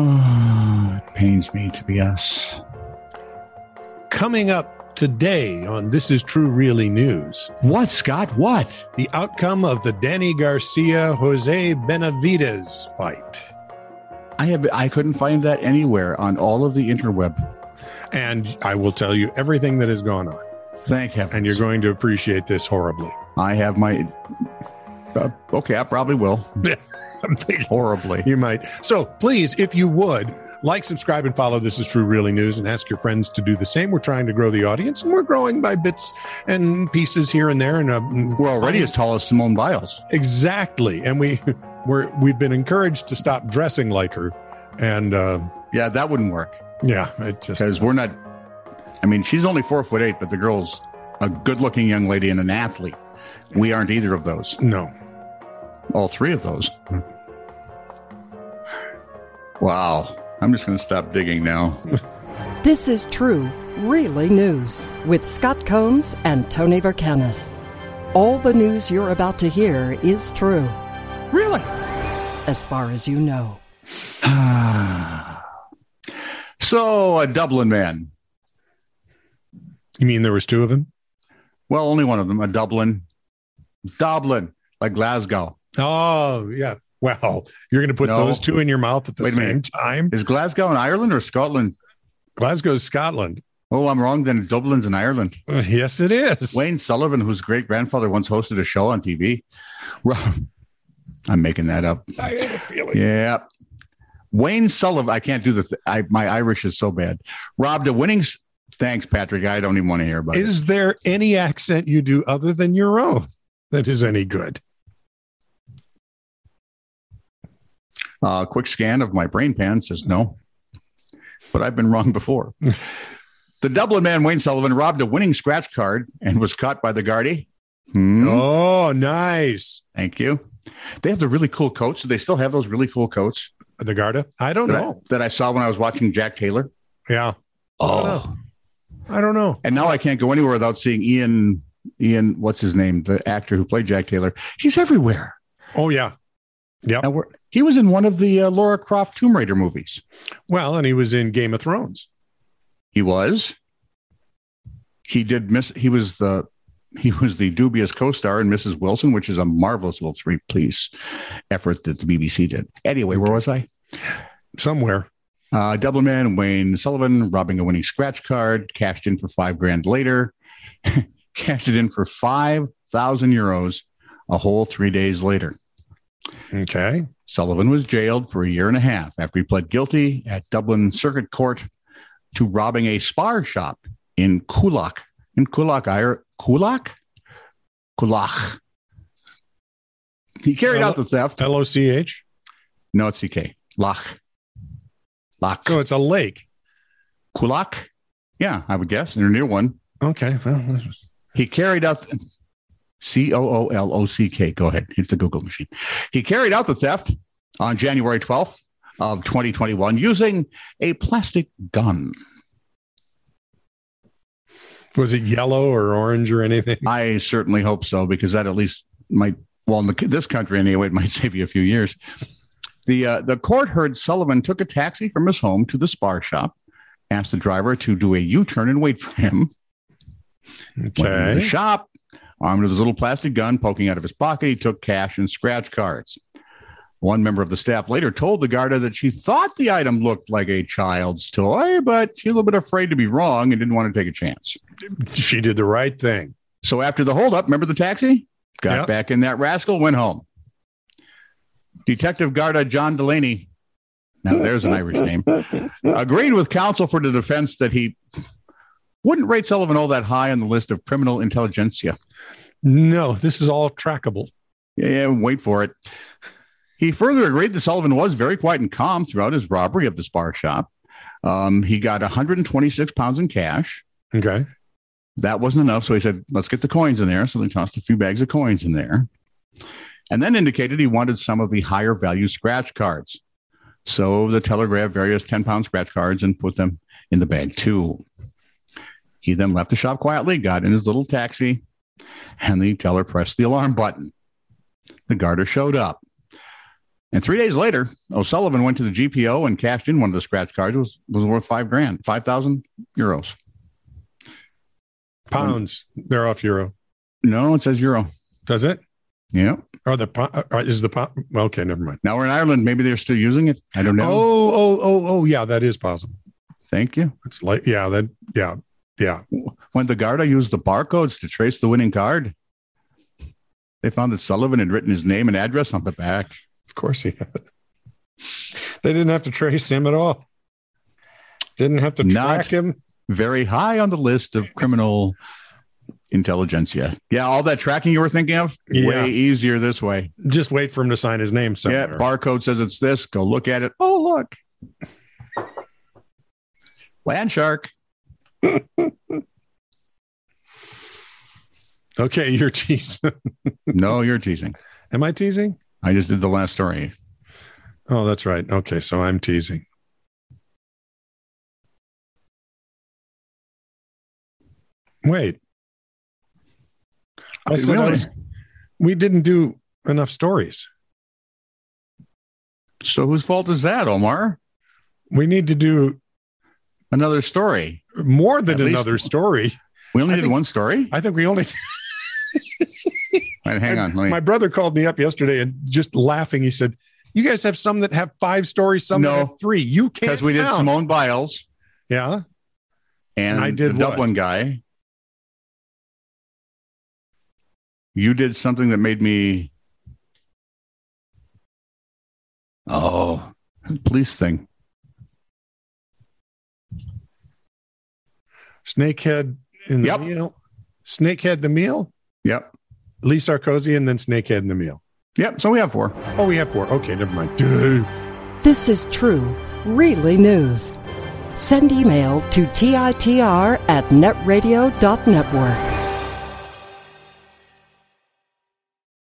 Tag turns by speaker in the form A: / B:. A: Oh, it pains me to be us.
B: Coming up today on This Is True Really News,
A: What, Scott? What?
B: the outcome of the Danny Garcia Jose Benavides fight.
A: I have I couldn't find that anywhere on all of the interweb.
B: And I will tell you everything that has gone on,
A: Thank heavens.
B: and you're going to appreciate this horribly.
A: I have my. Uh, okay, I probably will
B: I'm thinking
A: horribly.
B: you might. So please, if you would, like, subscribe, and follow This Is True Really News and ask your friends to do the same. We're trying to grow the audience, and we're growing by bits and pieces here and there. And uh,
A: We're already as tall as Simone Biles.
B: Exactly, and we we're we've been encouraged to stop dressing like her, and uh,
A: Yeah, that wouldn't work
B: yeah, it just
A: because we're not. I mean, she's only four foot eight, but the girl's a good-looking young lady and an athlete. We aren't either of those.
B: no.
A: All three of those. Wow. I'm just going to stop digging now.
C: This is true, really news with Scott Combs and Tony Vercanis. All the news you're about to hear is true,
A: really?
C: as far as you know.
A: So, a Dublin man.
B: You mean there was two of them?
A: Well, only one of them, a Dublin. Dublin, like Glasgow.
B: Oh yeah. Well, you're going to put
A: No.
B: those two in your mouth at the
A: Wait a
B: same
A: minute.
B: time.
A: Is Glasgow in Ireland or Scotland?
B: Glasgow's Scotland.
A: Oh, I'm wrong. Then Dublin's in Ireland.
B: Uh, Yes, it is.
A: Wayne Sullivan, whose great grandfather once hosted a show on TV. I'm making that up.
B: I had a feeling.
A: Yeah. Wayne Sullivan, I can't do the, th- I, my Irish is so bad. Robbed a winning, s- thanks, Patrick. I don't even want to hear about it.
B: Is there any accent you do other than your own that is any good?
A: Uh, quick scan of my brain pan says no, but I've been wrong before. the Dublin man, Wayne Sullivan, robbed a winning scratch card and was caught by the Guardie. Hmm.
B: Oh, nice.
A: Thank you. They have the really cool coats. Do they still have those really cool coats
B: The Garda? I don't
A: that, I-
B: know.
A: that I saw when I was watching Jack Taylor?
B: Yeah. Oh. I don't know.
A: And now I can't go anywhere without seeing Ian. Ian, what's his name? The actor who played Jack Taylor. He's everywhere.
B: Oh, yeah.
A: Now we're, he was in one of the uh, Laura Croft Tomb Raider movies.
B: Well, and he was in Game of Thrones.
A: He was. He did miss. He was the he was the dubious co-star in Mrs. Wilson, which is a marvelous little three-piece effort that the BBC did. Anyway, where was I?
B: Somewhere.
A: Uh, Dublin man Wayne Sullivan robbing a winning scratch card, cashed in for five grand later, cashed it in for five thousand euros a whole three days later.
B: Okay.
A: Sullivan was jailed for a year and a half after he pled guilty at Dublin Circuit Court to robbing a spar shop in Coolock, in Coolock, Ir- Coolock, Coolock. He carried out the theft.
B: L O C H.
A: No, it's CK. Loch. Loch.
B: So it's a lake.
A: Coolock? Yeah, I would guess. Or near one.
B: Okay. Well, this is-
A: He carried out C O O L O C K. Go ahead, hit the Google machine. He carried out the theft on January 12th of 2021 using a plastic gun.
B: was it yellow or orange or anything?
A: I certainly hope so because that at least might, well, in the, this country anyway, it might save you a few years. The uh, the court heard Sullivan took a taxi from his home to the spar shop, asked the driver to do a U turn and wait for him. Went into the
B: Okay.
A: shop, armed with his little plastic gun poking out of his pocket, he took cash and scratch cards. One member of the staff later told the Garda that she thought the item looked like a child's toy, but she was a little bit afraid to be wrong and didn't want to take a chance.
B: She did the right thing.
A: So after the holdup, remember the taxi? Got
B: Yep.
A: back in that rascal, went home. Detective Garda John Delaney, now there's an Irish name, agreed with counsel for the defense that he wouldn't rate Sullivan all that high on the list of criminal intelligentsia.
B: No, this is all trackable.
A: Yeah, yeah, wait for it. He further agreed that Sullivan was very quiet and calm throughout his robbery of the spar shop. Um, he got 126 pounds in cash.
B: Okay.
A: That wasn't enough. So he said, let's get the coins in there. So they tossed a few bags of coins in there and then indicated he wanted some of the higher value scratch cards. So the teller grabbed various 10 pound scratch cards and put them in the bag too. He then left the shop quietly, got in his little taxi, and the teller pressed the alarm button. The garter showed up. And three days later, O'Sullivan went to the GPO and cashed in one of the scratch cards. It was was worth five grand, five thousand euros.
B: Pounds. They're off euro.
A: No, it says euro.
B: Does it?
A: Yeah.
B: Are the po- are, is the po- okay? Never mind.
A: Now we're in Ireland. Maybe they're still using it. I don't know.
B: Oh, oh, oh, oh, yeah, that is possible.
A: Thank you.
B: It's like yeah, that yeah, yeah.
A: When the Garda used the barcodes to trace the winning card, they found that Sullivan had written his name and address on the back.
B: Of course he had. it. They didn't have to trace him at all. Didn't have to track
A: Not-
B: him.
A: Very high on the list of criminal intelligentsia. Yeah, all that tracking you were thinking of,
B: Yeah.
A: way easier this way.
B: Just wait for him to sign his name somewhere.
A: Yeah, barcode says it's this. Go look at it. Oh, look. Land shark.
B: okay, you're teasing.
A: No, you're teasing.
B: Am I teasing?
A: I just did the last story.
B: Oh, that's right. Okay, so I'm teasing. Wait. I
A: Did
B: said
A: we
B: I
A: only-
B: was- we didn't do enough stories.
A: So whose fault is that, Omar?
B: We need to do
A: Another story.
B: more than
A: At least-
B: another story.
A: We only
B: I
A: did
B: think-
A: one story.
B: I think we only
A: All right, hang on. Let me.
B: My brother called me up yesterday and just laughing, he said, "You guys have some that have five stories, some
A: No.
B: that have three. You can't
A: Because we did
B: count."
A: Simone Biles
B: Yeah,
A: and
B: I did
A: the
B: what?
A: Dublin guy. You did something that made me. Oh, police thing.
B: snakehead in the
A: Yep.
B: meal, snakehead the meal,
A: Yep.
B: Lee Sarkozy, and then snakehead in the meal.
A: Yep. So we have four.
B: Oh, we have four. Okay, never mind. Dude.
C: This is true, really news. Send email to TITR at netradio.network.